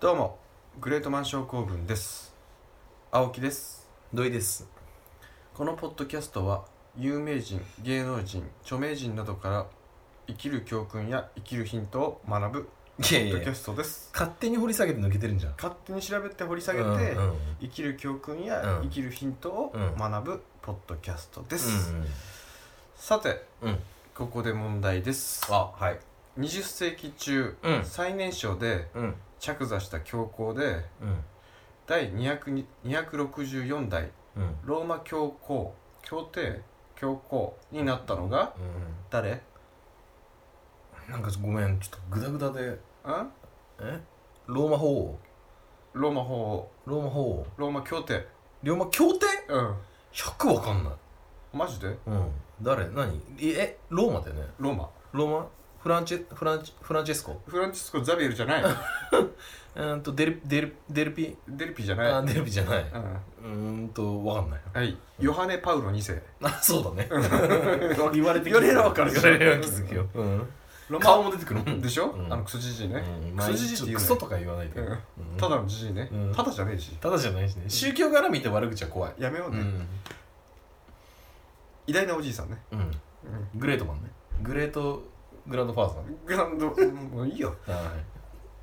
どうもグレートマン症候群です青木です土井ですこのポッドキャストは有名人芸能人著名人などから生きる教訓や生きるヒントを学ぶいやポいッドやキャストです勝手に掘り下げて抜けてるんじゃん勝手に調べて掘り下げうんうんてうん生きる教訓やうん生きるヒントをうん学ぶポッドキャストです、うさてんうんここで問題ですあはい20世紀中、うん最年少でうんうん着座した教皇で第200 264代うんうんローマ教皇教廷教皇になったのが誰なんかごめんちょっとグダグダであえローマ法ローマ法王ローマ法王王ローマ教廷龍馬協定うん100わかんないマジでうん誰何ええローマだよねローマローマフランチェフランチフランチェスコフランシスコ・ザビエルじゃ ないうーんとデルデルデルピデルピじゃないあデルピじゃないうんうーんとわかんないはいヨハネ・パウロ2世あそうだね 言われ言われればわかる言われれば気づくようんロマ顔も出てくるもんでしょ、うんあのクソじじいね、うんクまあソじじいって言うクねソとか言わないで、うんうんただのじじいね、うんただじゃねえし、ただじゃないしね宗教絡みって悪口は怖い、やめよううね、ん偉大なおじいさんね、うん、うんグレートマンねグレートグランドファーザグランドうんもういいよーはい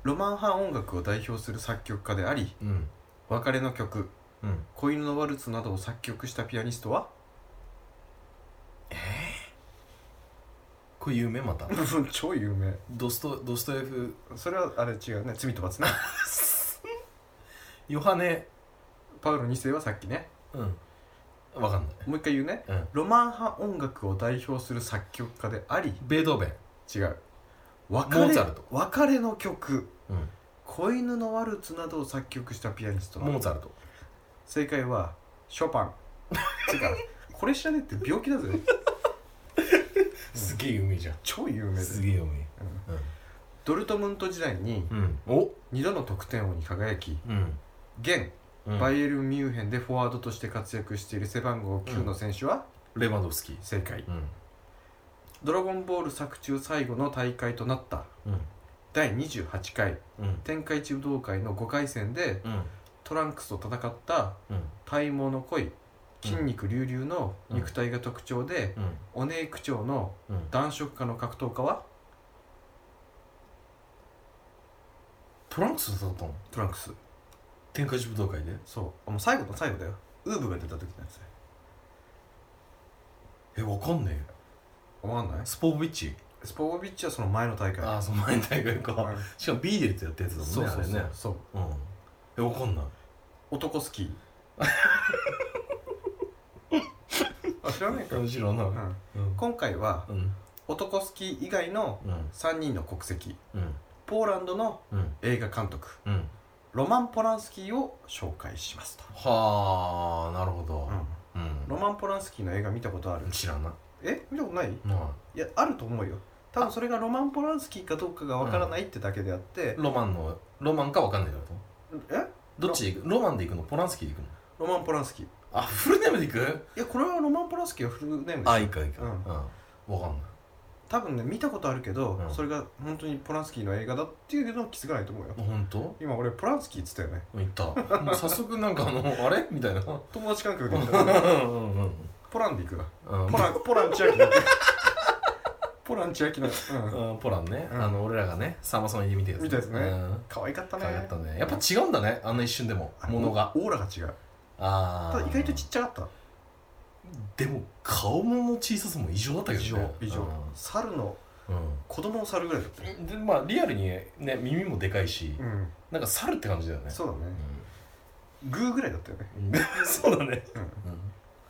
ロマン派音楽を代表する作曲家でありうん別れの曲うん子犬のワルツなどを作曲したピアニスト はこれ有名また超有名ドストドストエフそれはあれ違うね罪と罰ねヨハネパウロ2世はさっきねうんわかんない、もう一回言うねうん、ロマン派音楽を代表する作曲家でありベートーベン、違う別モーれツァルト別れの曲うん、子犬のワルツなどを作曲したピアニストモーツァルト正解はショパン違 うこれ知らねえって病気だぜすげえ有名じゃん超有名ですすげえ有名ドルトムント時代にうん、うん、お2度の得点王に輝きうん、現うん、バイエルン・ミュンヘンでフォワードとして活躍している背番号9の選手はレバンドフスキー正解うん「ドラゴンボール」作中最後の大会となったうん第28回うん天下一武道会の5回戦でうんトランクスと戦ったうん体毛の濃い筋肉隆々の肉体が特徴で、うんオネイク長のうん男色家の格闘家はトランクスだったのトランクス天下一武道会でそうもう最後の最後だよウーブが出た時のやつだよえわかんねわかんなえいスポービッチスポービッチはその前の大会ああその前の大会うかんしかもビーデルってやったやつだもんねそうそうあれそねうそううんえわかんない男好き あ知らないか、面白いなううんん、今回はうん男好き以外のうん3人の国籍うんポーランドのうん映画監督うんロマン・ポランスキーを紹介しますと、はあなるほどうロんマン・ポランスキーの映画見たことある知らないえ見たことないないやあると思うよ多分それがロマン・ポランスキーかどうかがわからないってだけであって、ロマンのロマンかわかんないだとえどっちで行くロマンで行くのポランスキーで行くのロマン・ポランスキーいあフルネームで行くやこれはロマン・ポランスキーはフルネームであすいいかいいかううんんわかんない多分ね見たことあるけど、うんそれが本当にポランスキーの映画だっていうのを気づかないと思うよあ本当今俺ポランスキーっつったよね行ったもう早速なんかあのあれみたいなうん友達感覚でう言んったからうんうんポランで行くわうんポランポラン千秋だ ポラン千秋だうんうんポランね、うんあの俺らがねさんまさんに見てる見たやつねうん可愛かったね可愛かったねやっぱ違うんだねあんな一瞬でもあのものがオーラが違うあたあだ意外とちっちゃかっでも顔もの小ささも異常だったたけど以上ね以上猿のうん、子供の猿ぐらいだったようん、でまあリアルにね耳もでかいし、うんなんか猿って感じだよねそうだねうグーぐらいだったよねん、 そうだねうんうん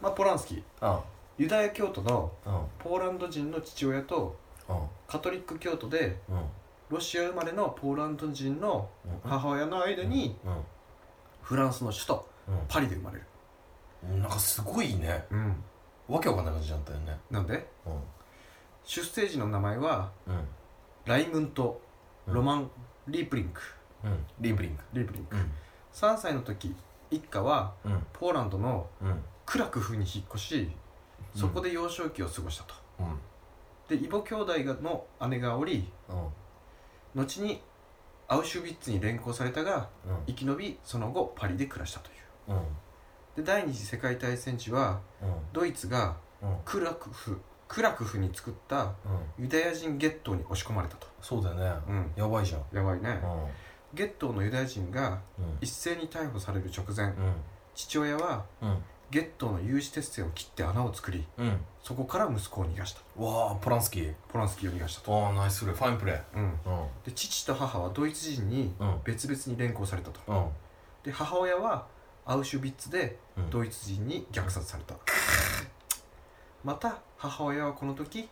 まあポランスキーあユダヤ教徒のあポーランド人の父親とあカトリック教徒でうんうんロシア生まれのポーランド人の母親の間にうんフランスの首都うんパリで生まれるうんなんかすごいねうんわけわかんない感じだったよねなんで出生時の名前はうんうんライムント・ロマン・リープリンクうんリーブリンクリープリンクうん3歳の時一家はうんポーランドのうんクラクフに引っ越しそこで幼少期を過ごしたと、で異母兄弟の姉がおりうん後にアウシュビッツに連行されたが生き延びその後パリで暮らしたといううんうんで第二次世界大戦時はドイツがうんうんクラクフクラクフに作ったユダヤ人ゲットーに押し込まれたとそうだよねうんやばいじゃんやばいねうんゲットーのユダヤ人がうん一斉に逮捕される直前うん父親はうんゲットーの有刺鉄線を切って穴を作りうんそこから息子を逃がしたわあポランスキーポランスキーを逃がしたと、ああナイスプレーファインプレーうん、うんで父と母はドイツ人にうん別々に連行されたとうんで母親はアウシュビッツでうんドイツ人に虐殺された、また母親はこの時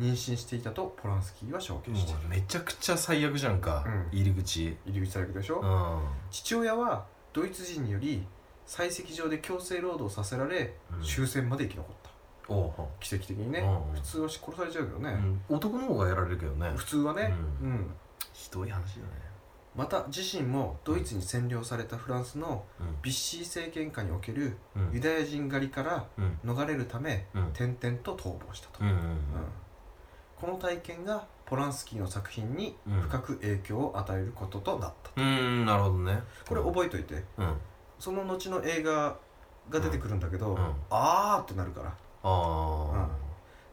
妊娠していたとポランスキーは証言していもるうめちゃくちゃ最悪じゃんか、うん入り口入り口されるでしょ、うん父親はドイツ人により採石場で強制労働させられ、うん終戦まで生き残ったおう奇跡的にね、う普ん通は殺されちゃうけどうね、ん、男の方がやられるけどね普通はね、ううんんひどい話だねまた自身もドイツに占領されたフランスのうんビッシー政権下におけるうんユダヤ人狩りからうん逃れるためうん転々と逃亡したと、うんうんこの体験がポランスキーの作品にうん深く影響を与えることとなった、うんうんなるほどねこれ覚えといて、うんあその後の映画が出てくるんだけど、うんあーってなるからあ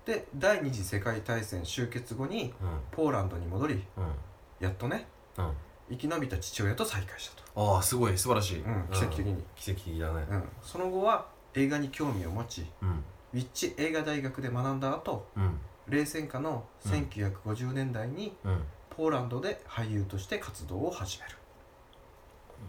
で第二次世界大戦終結後にーうんポーランドに戻りうんやっとねうん生き延びた父親と再会したと、ああすごい素晴らしい、うん、奇跡的うんに、奇跡的だねうん、その後は映画に興味を持ちうんウィッチ映画大学で学んだ後うん冷戦下の1950年代にうんポーランドで俳優として活動を始め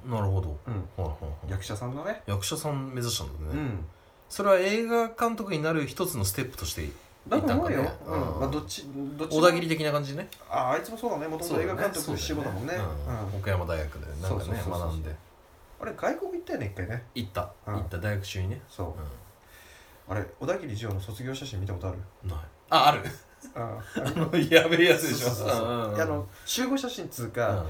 る、なるほど、うん、はいはいはい役者さんがね、役者さん目指したんだうね、ん、それは映画監督になる一つのステップとしてだと思うよ、いったんかうねんまあ、どっちどっち小田切的な感じねああいつもそうだねもともと映画監督の仕そう事だもんねようんうん岡山大学でなんかそうそうねそうそう学んであれ外国行ったよね一回ね行ったうん行った大学中にねそううあれ小田切二郎の卒業写真見たことあるんないああるあああのやべえやつでし ょそうそうそううんうんあの集合写真つうか、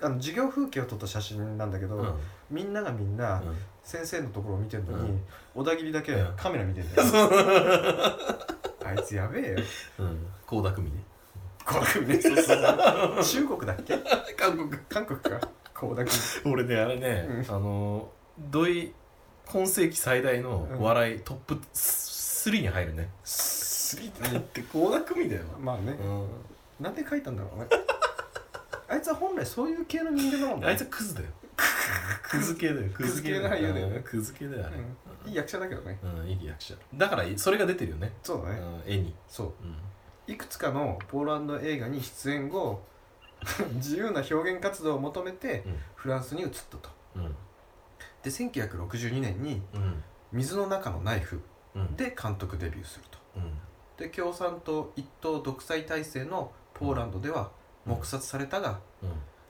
あの授業風景を撮った写真なんだけど、うんうんみんながみんなうん先生のところを見てるのに、うん小田切だけうんカメラ見てん だよ、あいつやべえようん倖田來未ねこれねそうそう中国だっけ韓国韓国か倖田君俺ねあれねうあの土井今世紀最大の笑いトップ3に入るね3ってだって倖田來未だよまあね、うなんで書いたんだろうねあいつは本来そういう系の人間だもんんねあいつはクズだよクズ系だよクズ系 クズ系の俳優だよねクズ系だよあれうんいい役者だけどねうん、いい役者だからそれが出てるよね、そうだうね、ん、絵に、そうん、ういくつかのポーランド映画に出演後 自由な表現活動を求めてうんフランスに移ったとうんで1962年にうん「水の中のナイフうん」で監督デビューするとうんで共産党一党独裁体制のポーランドではうん黙殺されたが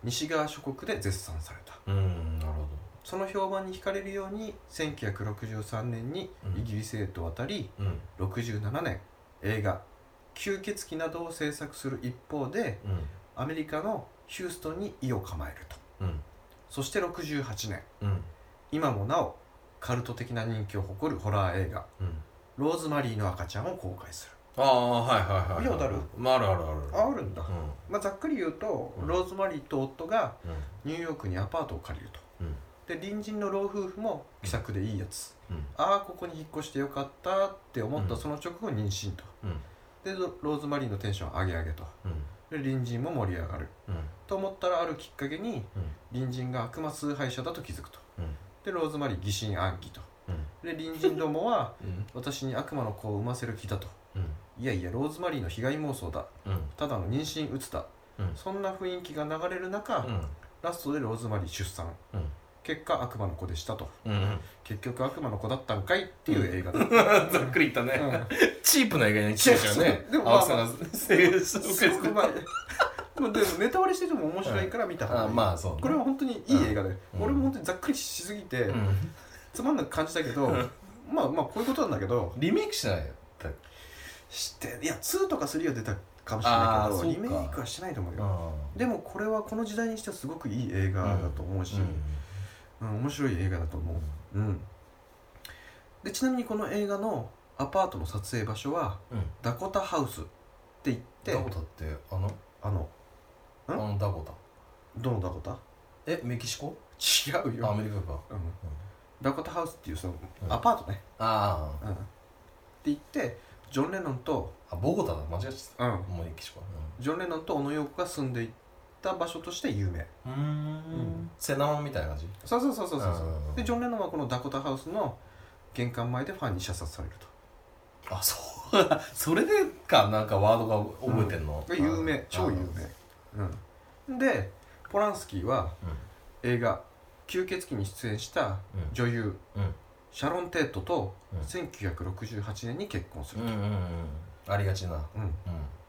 西側諸国で絶賛されたうんうんなるほその評判に惹かれるように1963年にうんイギリスへと渡りどうん67年映画「吸血鬼」などを制作する一方でうんアメリカのヒューストンに意を構えるとうんそして68年うん今もなおカルト的な人気を誇るホラー映画うん「ローズマリーの赤ちゃん」を公開するああはいはいはい見たことあるまあ、あるあるあるあるんだ、うんまあ、ざっくり言うとうんローズマリーと夫がうんニューヨークにアパートを借りるとうんで隣人の老夫婦も気さくでいいやつうんああここに引っ越してよかったって思ったうんその直後妊娠とうんでロローズマリーのテンション上げ上げとうんで隣人も盛り上がるうんと思ったらあるきっかけにうん隣人が悪魔崇拝者だと気づくとうんでローズマリー疑心暗鬼とうんで隣人どもは うん私に悪魔の子を産ませる気だとうんいやいやローズマリーの被害妄想だうんただの妊娠うつだうんそんな雰囲気が流れる中、ラストでローズマリー出産、うん結果悪魔の子でしたとうんうん 結局悪魔の子だったんかいっていう映画だ、うんざっくり言ったね、 チープな映画に来チてープるからねでもまあ青木さんが声優してす ごくまあもうでもネタバレしてても面白いから見た方がいい、あ まあそうねこれは本当にいい映画で、うん俺も本当にざっくりしすぎて、うんつまんなく感じたけど、うんまあまあこういうことなんだけどリメイクしないよしていや2とか3は出たかもしれないけあーどそうリかメイクはしてないと思うよ、うでもこれはこの時代にしてはすごくいい映画だと思うし、うん、面白い映画だと思ううん、でちなみにこの映画のアパートの撮影場所はうんダコタハウスって言ってダコタってあのあのあのダコタどのダコタえメキシコ違うあアよ、メリカかうん、ダコタハウスっていうそのうんアパートね、あうん、って言ってジョン・レノンと、ーあボゴタだ間違えちゃっうんた、もうメキシコジョン・レノンと小野洋子が住んでいた場所として有名うんんセナモンみたいな感じそうそうそうそうそうそううんでジョン・レノンはこのダコタハウスの玄関前でファンに射殺されるとあそう だそれでかなんかワードが覚えてんの、が有名超有名、うん、でポランスキーは映画「吸血鬼」に出演した女優、うんシャロン・テートとうん1968年に結婚すうるん、うんうんうんありがちな、うん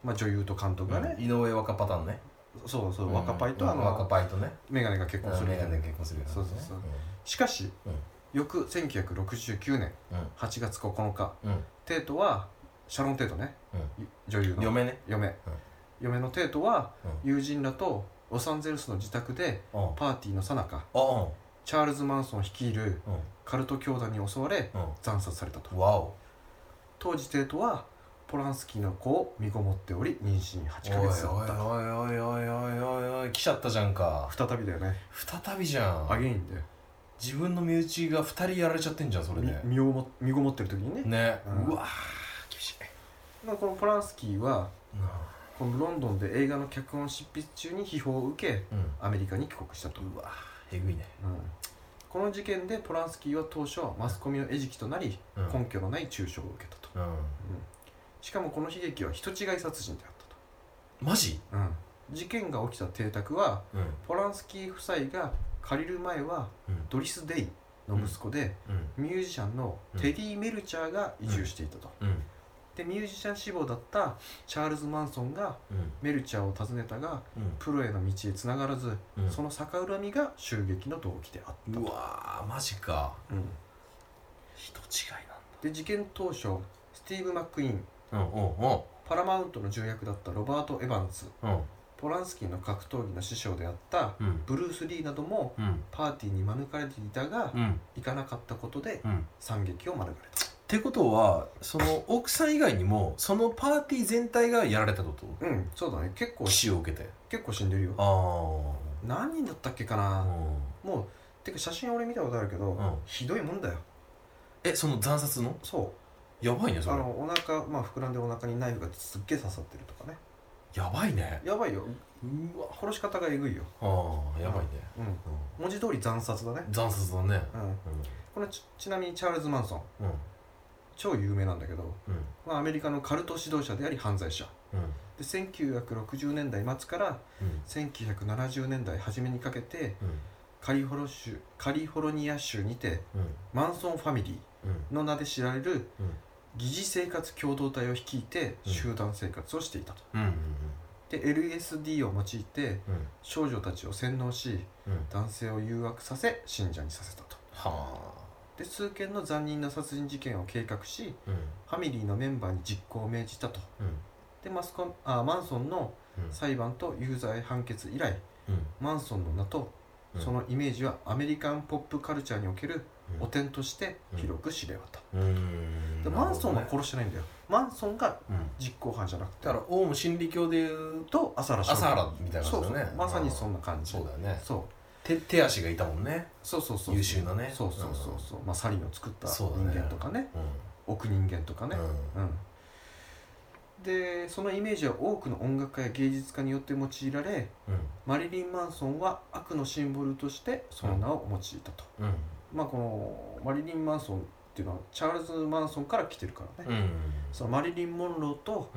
まあ、女優と監督がね、井上若パターンねそうそう若パイとあうん若のパイとねメガネが結婚するメガネ結婚するよねそうそうそううしかし、うん翌1969年ん8月9日うんテートはシャロン・テートね、女優うんの嫁ね嫁、嫁のテートはう友人らとロサンゼルスの自宅でああパーティーの最中あチャールズ・マンソン率いるうんカルト教団に襲われう惨殺されたとんわお当時テートはポランスキーの子を身ごもっており妊娠お8いヶおいお月だったいおいおいおいおい来ちゃったじゃんか再びだよね再びじゃアゲんインで自分の身内が2人やられちゃってんじゃんそれでみ身をも身ごもってる時にねねうんうわー厳しいまあこのポランスキーはうこのロンドンで映画の脚本執筆中に批判を受けんアメリカに帰国したと、うんうわえぐいねこの事件でポランスキーは当初マスコミの餌食となりうん根拠のない中傷を受けたと、うんしかもこの悲劇は人違い殺人であったとマジ事件が起きた邸宅はうんポランスキー夫妻が借りる前はうんドリス・デイの息子で、うんミュージシャンのテディ・メルチャーが移住していたと、うんでミュージシャン志望だったチャールズ・マンソンがうんメルチャーを訪ねたがプロへの道へつながらず、うんその逆恨みが襲撃の動機であったとうわーマジかうん人違いなで事件当初スティーブ・マック・イーンんだうんうんうんパラマウントの重役だったロバート・エヴァンスうんポランスキーの格闘技の師匠であったうんブルース・リーなどもうんパーティーに免れていたが、うん行かなかったことでうん惨劇を免れたってことはその奥さん以外にもそのパーティー全体がやられたってこうんそうだね結構と死を受けて結構死んでるよあ何人だったっけかあ、な、うん、もうてか写真俺見たことあるけど、んひどいもんだよえその惨殺のそやばいねうそあれのお腹まあ膨らんでお腹にナイフがすっげえ刺さってるとかねやばいねやばいようわ殺し方がえぐいよああやばいね、うん文字通り惨殺だねうん、惨殺だねうんうこのちちなみにチャールズ・マンソンんうん超有名なんだけど、うんまあ、アメリカのカルト指導者であり犯罪者うんで1960年代末から1970年代初めにかけてうんカリフォロ州カリフォルニア州にてうんマンソンファミリうんーの名で知られるうん疑似生活共同体を率いてうん集団生活をしていたと、うんうんで LSD を用いてうん少女たちを洗脳しうん男性を誘惑させ信者にさせたとはで数件の残忍な殺人事件を計画しあうんファミリーのメンバーに実行を命じたとうんでマスコンあマンソンのうん裁判と有罪判決以来うんマンソンの名とうんそのイメージはアメリカンポップカルチャーにおけるうん汚点として広く知れ渡った、うんでマンソンなはるほ殺してないんだよマンソンがどねうん実行犯じゃなくてだからオウム真理教でいうと朝原翔朝原みたいなそ感うじだねそうまさにそんなな感じそうだよねそう手手足がいたもんねそうそうそう優秀なねそうそうそうそう、まあサリンを作ったそ人うだね間とかねう奥人間とかねんうん、でそのイメージは多くの音楽家や芸術家によって用いられうんマリリン・マンソンは悪のシンボルとしてその名を用いたと、うんまあこのマリリン・マンソンっていうのはチャールズ・マンソンから来てるからね、うんそのマリリン・モンローと、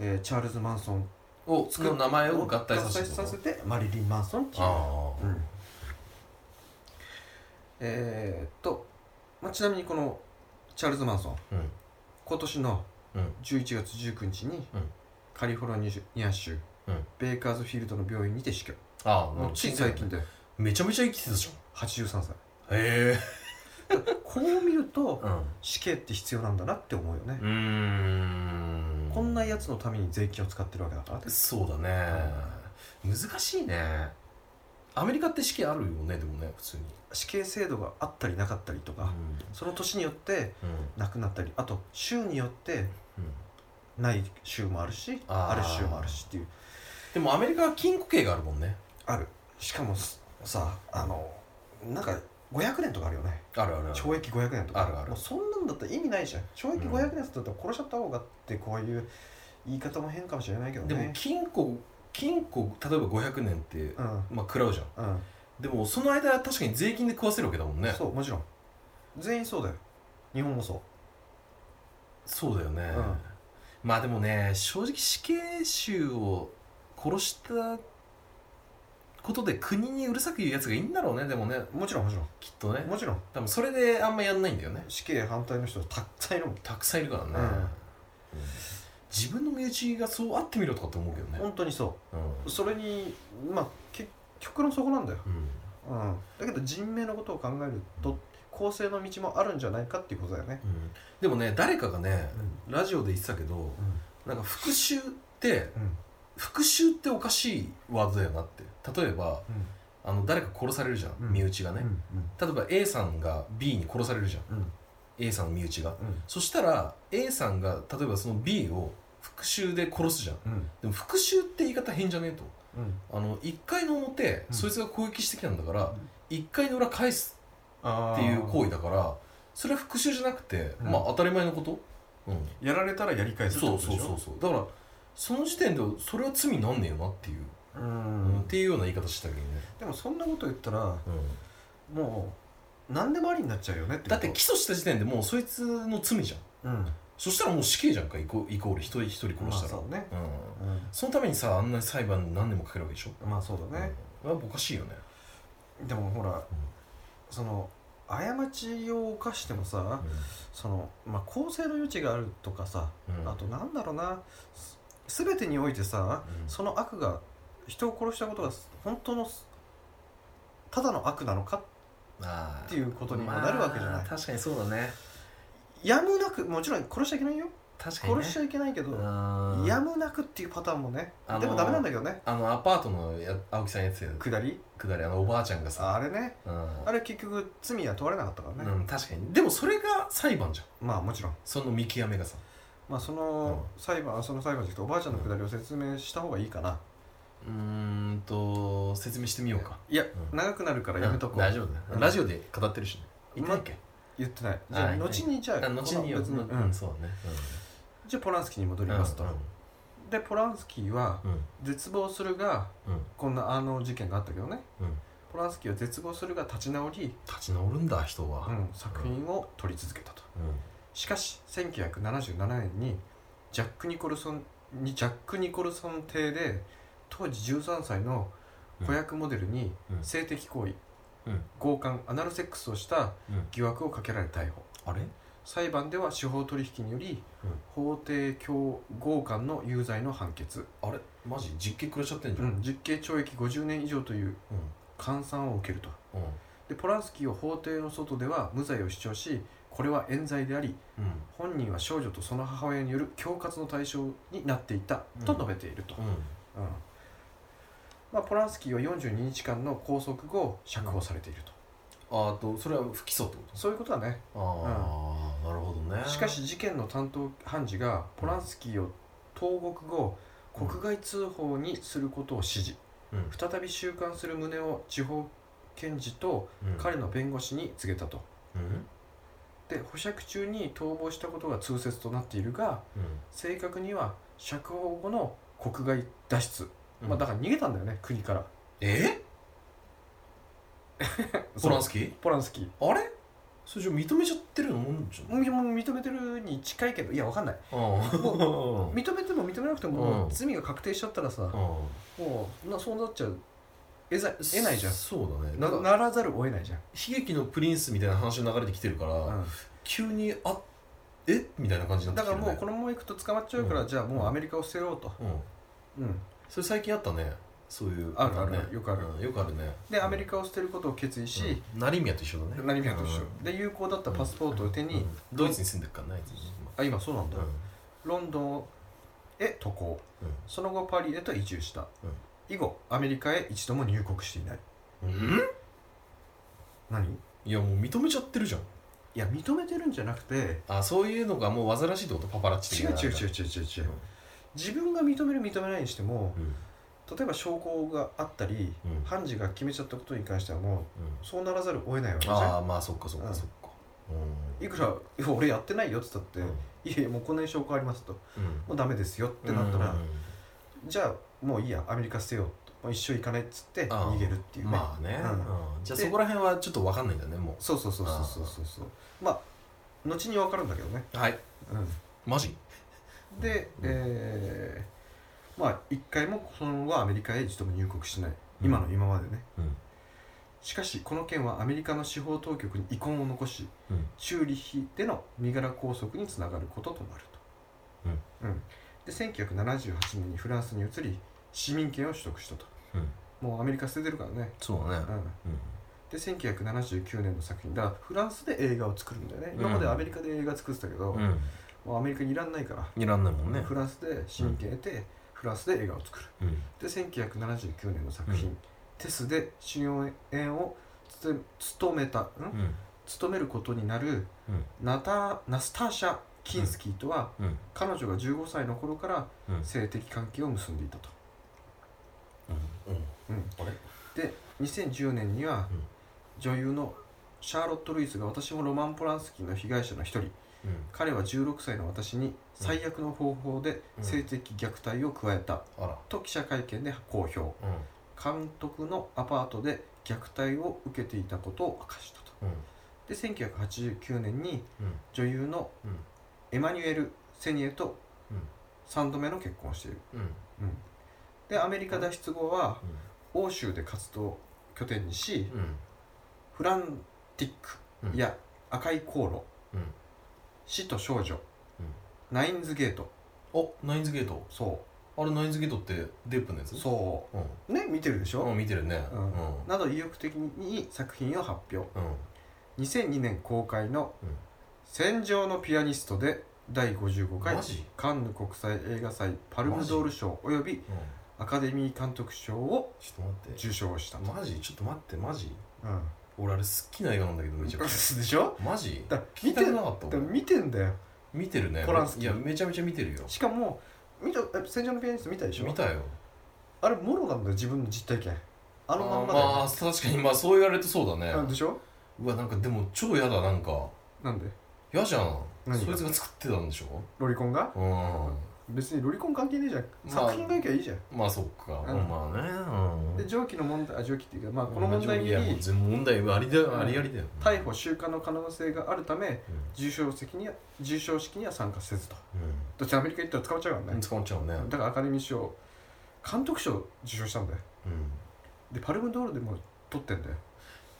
えーチャールズ・マンソンうんをの名前を合体させ合てさせてマリリン・マンソンっていう、ああうんえー、っと、まあ、ちなみにこのチャールズ・マンソンうん今年のうん11月19日に、うんカリフォルニア州、うんベイカーズフィールドの病院にて死去、ああもうつい最近でめちゃめちゃ生きてたじ83歳ゃんへえこう見るとうん死刑って必要なんだなって思うよね、うんこんなやつのために税金を使ってるわけだからねそうだね難しいねアメリカって式あるよねでもね普通に死刑制度があったりなかったりとか、その年によってうんうん亡くなったりあと州によってうんない州もあるしあーある州もあるしっていうでもアメリカは禁錮刑があるもんねあるしかもすさあのなんか500年とかあるよねあるあるある懲役500年とかあるあるもうそんなんだったら意味ないじゃん懲役500年だったら殺しちゃった方がってこういう言い方も変かもしれないけどでもね金庫金庫例えば500年って、うんまあ食らうじゃんうんでもその間は確かに税金で食わせるわけだもんねそうもちろん全員そうだよ日本もそうそうだよね、うんまあでもね正直死刑囚を殺したことで国にうるさく言うやつがいいんだろうねでもねもちろんもちろんきっとねもちろん多分それであんまやんないんだよね死刑反対の人たくさんいるもんたくさんいるからね、うんうん自分の身内がそうあってみろとかって思うけどね本当にそうん、うそれにまあ結局のそこなんだよ、うんうん、だけど人命のことを考えると公正の道もあるんじゃないかっていうことだよねうんでもね誰かがねうんラジオで言ってたけどなんか復讐ってうん復讐っておかしいワードだよなって例えばあの誰か殺されるじゃん、うん身内がね、うん例えば A さんが B に殺されるじゃんうん A さんの身内がうんそしたら A さんが例えばその B を復讐で殺すじゃんうんでも復讐って言い方変じゃねえとうんあの1回の表、うんそいつが攻撃してきたんだかうらん1回の裏返すあっていう行為だからそれは復讐じゃなくて、うんまあ当たり前のこと、うん、為やられたらやり返すってそこうとそうでしょそうそうだからその時点でそれは罪になんねえよなっていう、うううんっんていうような言い方してたけどね、でもそんなこと言ったらもう何でもありになっちゃうよねってことだって起訴した時点でもうそいつの罪じゃんうんそしたらもう死刑じゃんかイコイコール一人一人殺したら、まあそうねうん、そのためにさあんな裁判に何年もかけるわけでしょうんまあそうだね、うんやっぱおかしいよねでもほら、その過ちを犯してもさその、まあ、公正の余地があるとかさ、うんあとなんだろうなす全てにおいてさうんその悪が人を殺したことが本当のただの悪なのかあーっていうことにもなるわけじゃないまあ確かにそうだねやむなくもちろん殺しちゃいけないよ確かに、ね、殺しちゃいけないけど、うんやむなくっていうパターンもね、あのーでもダメなんだけどねあのアパートのや青木さんやってた下りくだりあのおばあちゃんがさあれねうんあれ結局罪は問われなかったからね、うん、確かにでもそれが裁判じゃんまあもちろんその見極めがさまあその裁判、その裁判でおばあちゃんのくだりを説明した方がいいかな、うーんと説明してみようかいや、うん長くなるからやめとこう、大丈夫だようんラジオで語ってるしねうん言ってないっけ言ってないじゃあ、はい後にじゃああ後によ別に、うんうんそうだねじゃあポランスキーに戻うんりますと、うんでポランスキーはうん絶望するがうんこんなあの事件があったけどねうんポランスキーは絶望するが立ち直り、立ち直るんだ人はうん作品を撮り続けたとうんしかし1977年にジャック・ニコルソンにジャック・ニコルソン邸で当時13歳の子役モデルにうん性的行為、うん強姦アナルセックスをしたうん疑惑をかけられ逮捕あれ裁判では司法取引により、うん法定強強姦の有罪の判決、あれマジ実刑くらっちゃってんじうゃんん、実刑懲役50年以上という換算を受けるとうんでポランスキーは法廷の外では無罪を主張しこれは冤罪でありうん本人は少女とその母親による恐喝の対象になっていたと述べていると、うんうんまあ、ポランスキーは42日間の拘束後釈放されていると、ああとそれは不起訴ってこそういうことだねとああなるほどねしかし事件の担当判事がポランスキーを投獄後うん国外通報にすることを指示うん再び収監する旨を地方検事とうん彼の弁護士に告げたとうんで保釈中に逃亡したことが通説となっているが正確には釈放後の国外脱出、うんまあだから逃げたんだよね国からえポランスキーポランスキーあれそれじゃ認めちゃってるのもんじゃもう認めてるに近いけどいやわかんないん認めても認めなくてももううん罪が確定しちゃったらさ、うんもうなそうなっちゃうえざ得ないじゃんそうだねななんかならざるを得ないじゃん、悲劇のプリンスみたいな話の流れてきてるから、急にあえみたいな感じになだっかてきらてもうこる、ね、のまま行くと捕まっちゃうから、うんじゃあもうアメリカを捨てようと、うん、うん、それ最近あったねそういうあるあるねよくあるうんよくあるねでアメリカを捨てることを決意し、うん成宮と一緒だね何宮と一緒、うんで有効だったパスポートを手に、うんドイツに住んでるからないあ今そうなんだ、うんロンドンへ渡航その後パリへと移住した、うん以後アメリカへ一度も入国していないうん、うん何いやもう認めちゃってるじゃんいや認めてるんじゃなくてあそういうのがもう煩わしいってことパパラッチ的違うな違う違う違う違う違う自分が認める認めないにしてもうん例えば証拠があったり、うん判事が決めちゃったことに関してはもうんうそうならざるを得ないわけじあゃあまあそっかそっかそっかんいくら「いや俺やってないよ」っつったって「うんいやいやもうこんなに証拠あります」とうん「もうダメですよ」ってなったら、うんじゃあもういいやアメリカ捨てようもう一生行かないっつってああ逃げるっていうね、まあね、うんうんじゃあそこら辺はちょっと分かんないんだねもそうそうそうそうそうそうそうまあ後に分かるんだけどね、うはいうん、マジで、えーまあ一回もその後はアメリカへ一度も入国しない今の今までね、うんしかしこの件はアメリカの司法当局に遺恨を残し、うんチューリッヒでの身柄拘束につながることとなると、うんで1978年にフランスに移り市民権を取得したとうんもうアメリカ捨ててるからね、そうだねうん、うんで1979年の作品だからフランスで映画を作るんだよねうん今までアメリカで映画作ってたけど、うんもうアメリカにいらんないから、いらんないもんねフランスで市民権得て、フランスで映画を作るうんで1979年の作品、うんテスで主演をつ務めた、んうん務めることになるうんナタナスターシャ・キンスキーとは、うん彼女が15歳の頃からうん性的関係を結んでいたとうんうんあれで2010年にはうん女優のシャーロット・ルイスが私もロマン・ポランスキーの被害者の一人うん彼は16歳の私に最悪の方法で性的虐待を加えたあらと記者会見で公表う監督のアパートで虐待を受けていたことを明かしたとんうんで1989年にうん女優のうんエマニュエル・セニエとうん3度目の結婚をしている、うんうんうんでアメリカ脱出後は欧州で活動を拠点にしうんフランティックうんや赤い航路、うん死と少女、ナインズゲートおナインズゲートそあれナインズゲートってデップのやうつそううんうね見てるでしょ、うん見てるねううんんなど意欲的に作品を発表うん2002年公開のうん「戦場のピアニスト」で第55回マジカンヌ国際映画祭パルムドール賞およびうんアカデミー監督賞をちょっと待って受賞したと、マジちょっと待ってマジうん、俺あれ好きな映画なんだけどめちゃで くちしょゃマジだから聞見いてたんくだかなかったら俺見てんだよ見てるねポランスキーいやめちゃめちゃ見てるよしかも見たえ戦場のピアニスト見たでしょ見たよあれもろなんだよ自分の実体験ああのまんまだーまよあ確かにまあそう言われるとそうだねうんでしょうわなんかでも超嫌だなんかなんで嫌じゃん何がそいつが作ってたんでしょロリコンがうん別にロリコン関係ねえじゃん、あ作品がいきゃいいじゃんまあそっかうんまあねうんで上記の問題あ上記っていうか、まあ、この問題いにやもう全部問題ありだうんよありありだよ逮捕収監の可能性があるためう重賞席には重賞式には参加せずとんだってアメリカ行ったら捕まっちゃうかうらんね、捕まっちゃうねだからアカデミー賞監督賞受賞したんだようんでパルムドールでも取ってんだよ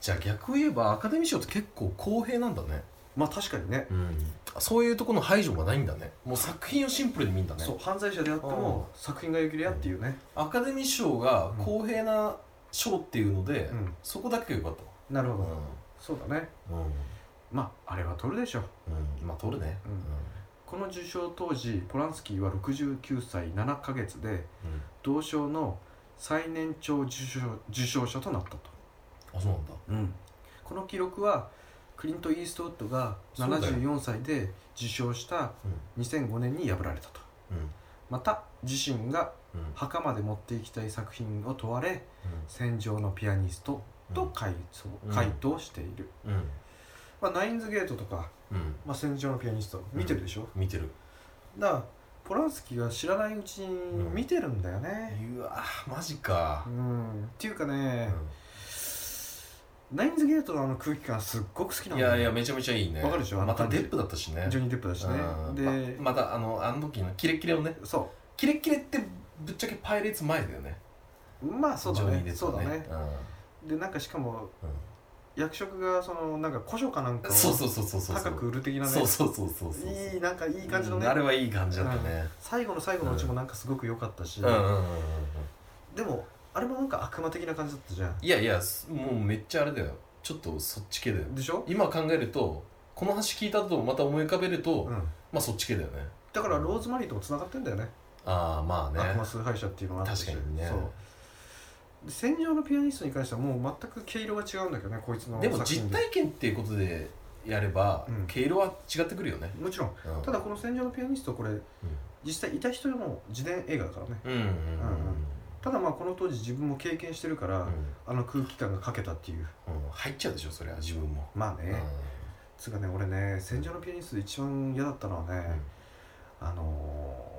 じゃあ逆を言えばアカデミー賞って結構公平なんだねまあ確かにねうんそういうとこの排除がないんだねもう作品をシンプルに見んだねそう犯罪者であっても作品が良けりゃっていうね、アカデミー賞が公平な賞っていうので、うんそこだけが良かっなるたほど、わそうだねうん、うんまああれは取るでしょうん、まあ取るねうんこの受賞当時ポランスキーは69歳7ヶ月でうん、うん同賞の最年長受賞受賞者となったと、あそうなんだこの記録はクリント・イーストウッドがそうだよ74歳で受賞した2005年に破られたとうんうんまた自身がうん墓まで持っていきたい作品を問われ「戦場のピアニスト」と回答,、うん回答している、うんうんまあ、ナインズゲートとか、うんまあ、戦場のピアニスト見てるでしょ、見てるだからポランスキーが知らないうちに見てるんだよねうわマジかう、ん、っていうかね、ナインズゲートのあの空気感すっごく好きなんいだよやいやめちゃめちゃいいねわかるでしょまたデップだったしねジョニー・デップだしねうんで、ままたあのあの時のキレッキレをねそキレッキレってぶっちゃけパイレーツ前だよねうまあそうだジョねニーデップそうだはねでなんかしかもうんうん役職がそのなんか古書かなんかをそうそうそうそうそう高く売る的なねそうそうそうそうそういいなんかいい感じのね、うんあれはいい感じだったね最後の最後のうちもなんかすごく良かったし、うんうんうんうんうんでもあれもなんか悪魔的な感じだったじゃいやいやすもうめっちゃあれだよちょっとそっち系だよんでしょ、今考えるとこの話聞いたとまた思い浮かべると、うまん、あそっち系だよねだからローズマリーともつながってんだよねああまあ悪ね魔崇拝者っていうのはあったし確かにねそうで戦場のピアニストに関してはもう全く毛色が違うんだけどねこいつのでも作品実体験っていうことでやれば、うん毛色は違ってくるよね、もちろんうん、ただこの戦場のピアニストこれうん実際いた人の自伝映画だからねうんうんうんうんうんただまあこの当時自分も経験してるから、うんあの空気感が欠けたっていううん入っちゃうでしょそれは自分も、まあね、うんつうかね俺ね戦場のピアニストで一番嫌だったのはね、あのー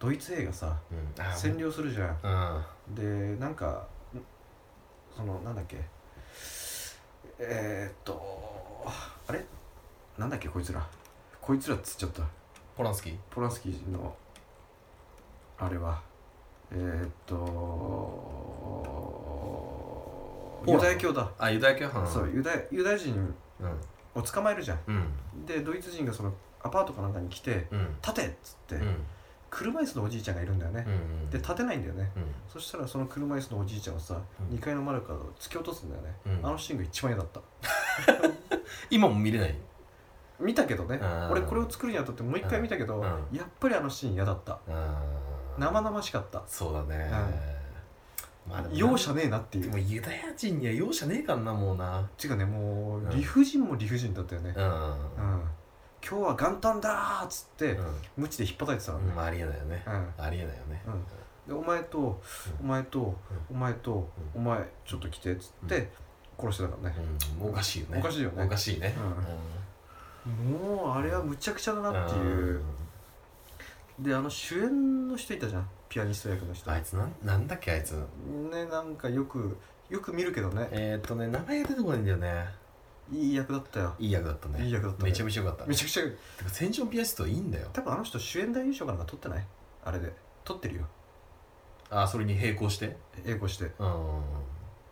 ドイツ兵がさうんあ占領するじゃんうんでなんかんそのなんだっけえー、っとあれなんだっけこいつらこいつらっつっちゃったポランスキーポランスキーのあれはえー、っとポーランドユダヤ教だ、あユダヤ教派そうユダヤユダヤ人うんを捕まえるじゃんうんでドイツ人がそのアパートかなんかに来てうん「立て!」っつって、うん車椅子のおじいちゃんがいるんだよね、うんで立てないんだよねうんそしたらその車椅子のおじいちゃんをさ、うん2階の窓から突き落とすんだよね、うんあのシーンが一番嫌だった今も見れない見たけどねあー俺これを作るにあたってもう一回見たけど、うんやっぱりあのシーン嫌だった生々しかったそうだね、まあでもな容赦ねえなっていでうもユダヤ人には容赦ねえからなもうなていうかねもうんう理不尽も理不尽だったよねう、んうん今日は元旦だーっつってう無知で引っ叩いてたのん、ね、まあ、ありえないよねう、んありえないよね、うんでお前とお前とお前とお前ちょっと来てっつって殺してたからねうんおかしいよねおかしいよねおかしいね、もうあれはむちゃくちゃだうなっていうであの主演の人いたじゃんピアニスト役の人あいねつなんなんだっけあいつなんかよくよく見るけどねえー、っとね名前が出てこないんだよねいい役だったよいい役だったねいい役だったねめちゃめちゃよかっためちゃくちゃてか戦場ピアニストいいんだよ多分あの人主演男優賞かなんか取ってないあれで取ってるよあそれに並行して英語してうん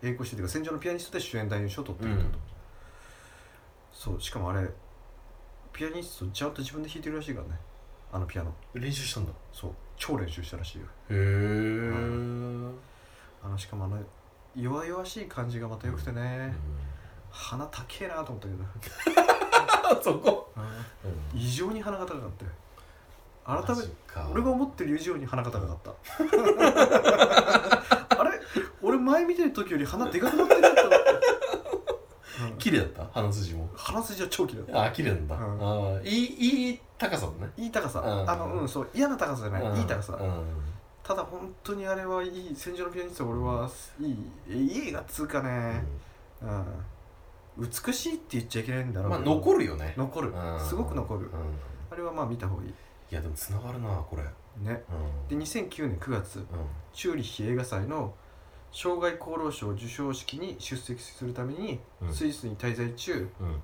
英語してっていうか戦場のピアニストで主演男優賞取ってうるってんこと、そうしかもあれピアニストちゃんと自分で弾いてるらしいからねあのピアノ練習したんだそう超練習したらしいよへえ、うんあのしかもあの弱々しい感じがまた良くてね、鼻高えなと思ったけど、あそこ、うん異常に鼻が高かったよ改めマジてか俺が思ってる以上に鼻が高かった あれ俺前見てる時より鼻でかくなってるなと思って、うん綺麗だった鼻筋も鼻筋は超綺麗だっあ綺麗なんだ、うんあーいいいい高さだねたいい高さ、うんあのうんそう嫌な高さじゃない、うんいい高さ、うんただ本当にあれはいい戦場のピアニストは俺はいいいい映画っつうかね、うん、美しいって言っちゃいけないんだろうまあけど残るよね残るうんすごく残るうんあれはまあ見た方がいいいやでもつながるなこれうねんで2009年9月うチューリッヒ映画祭の生涯功労賞授賞式に出席するためにんスイスに滞在中うん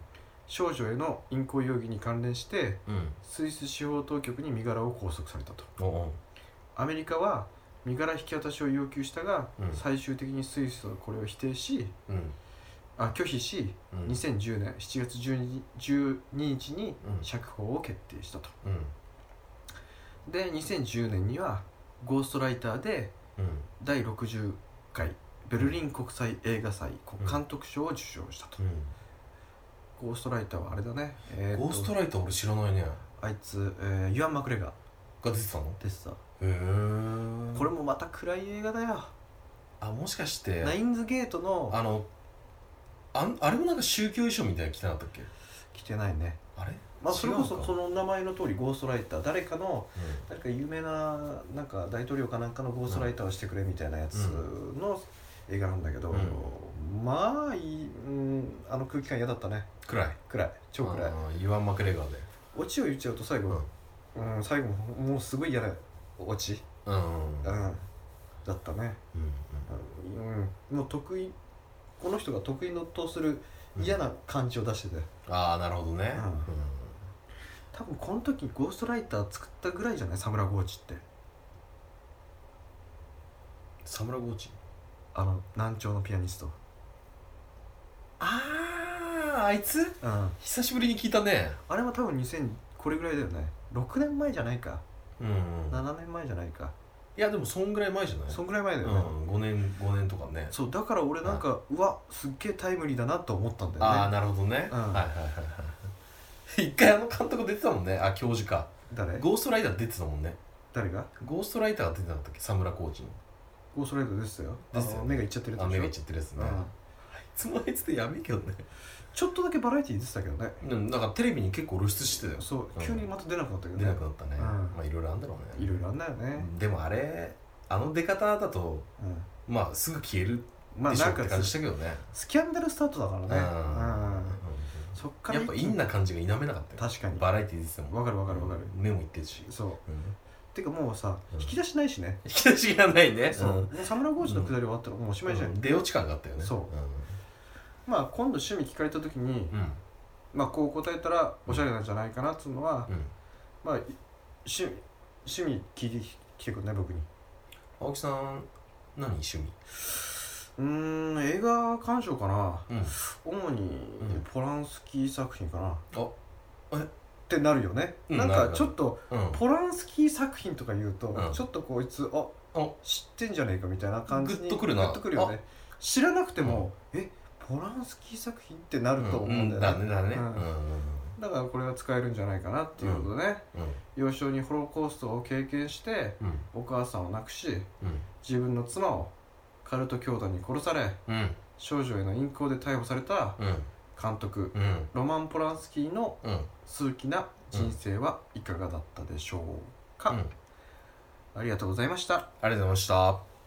少女への淫行容疑に関連してうんスイス司法当局に身柄を拘束されたとおおアメリカは身柄引き渡しを要求したが、うん最終的にスイスはこれを否定しうんあ拒否しうん2010年7月12 12日にうん釈放を決定したとうんで2010年にはゴーストライターでうん第60回ベルリン国際映画祭国監督賞を受賞したと、ゴーストライターはあれだね、えーとゴーストライター俺知らないねあいつ、えーユアン・マクレガーが出てたのでさ、へえこれもまた暗い映画だよ、あもしかしてナインズゲートのあのあんあれもなんか宗教衣装みたいなの着てなかったっけ来てないねあれまあそれこ違うそかその名前の通りゴーストライター誰かのうん誰か有名ななんか大統領かなんかのゴーストライターをしてくれみたいなやつの映画なんだけど、まあいい、うん、あの空気感嫌だったね暗い暗い超暗いあーユアン・マクレガーでオチを言っちゃうと最後、うん、最後ももうすごい嫌なオチ、うんうん、だったね、うんうん、もう得意この人が得意のとする嫌な感じを出してて、ああなるほどねうん多分この時ゴーストライター作ったぐらいじゃないサムラ・ゴーチってサムラゴーチあの難聴のピアニスト、あああいつうん、あ久しぶりに聞いたねれは多分2000これぐらいだよね6年前じゃないかうんうん7年前じゃないかいやでもそんぐらい前じゃないそんぐらい前だうよんね、 5年5年とかねそうだから俺なんか、うわすっげえタイムリーだなと思ったんだよねああなるほどねうんはいはいはいはい一回あの監督出てたもんねあ教授か誰ゴーストライター出てたもんね誰がゴーストライターが出てなかったっけサムラコーチのゴーストライターですよですよねあの目がいっちゃってるやつあ目がいっでしちゃってるやつょねうんいつもあいつでやべえけどねちょっとだけバラエティー出てたけどねでもなんかテレビに結構露出してたよそううん急にまた出なくなったけど出ねなくなったねうんまあいろいろあんだろうねいろいろあんだよねでもあれあの出方だとうんまあすぐ消えるまあでしなょんっかて感じしたけどねスキャンダルスタートだからねうんうんそっからやっぱインな感じが否めなかったよ確かにバラエティーですもんわかるわかるわかる目もいってるし、そううんてかもうさうん引き出しないしね引き出しがないねそううんもうサムラゴージの下り終わったらもうおしまいじゃん出落ち感があったよねそまあ今度趣味聞かれた時にうん、うんまあこう答えたらおしゃれなんじゃないかなっつうのはうんまあい趣味趣味聞いてきてくんない僕に青木さん何趣味うーん映画鑑賞かなうん主にうんポランスキー作品かなあえってなるよねうんなんなるかなるちょっとうんポランスキー作品とか言うと、うんちょっとこいつああ知ってんじゃねえかみたいな感じにグッとくるなグッとくるよね知らなくても、えポランスキー作品ってなると思うんだよね,、だねだねうんうんだからこれは使えるんじゃないかなっていうことでね、うん幼少にホロコーストを経験してうんお母さんを亡くしうん自分の妻をカルト教団に殺されうん少女への淫行で逮捕されたうん監督うんうんロマン・ポランスキーのうん数奇な人生はいかがだったでしょうか、ありがとうありがとうございましたございました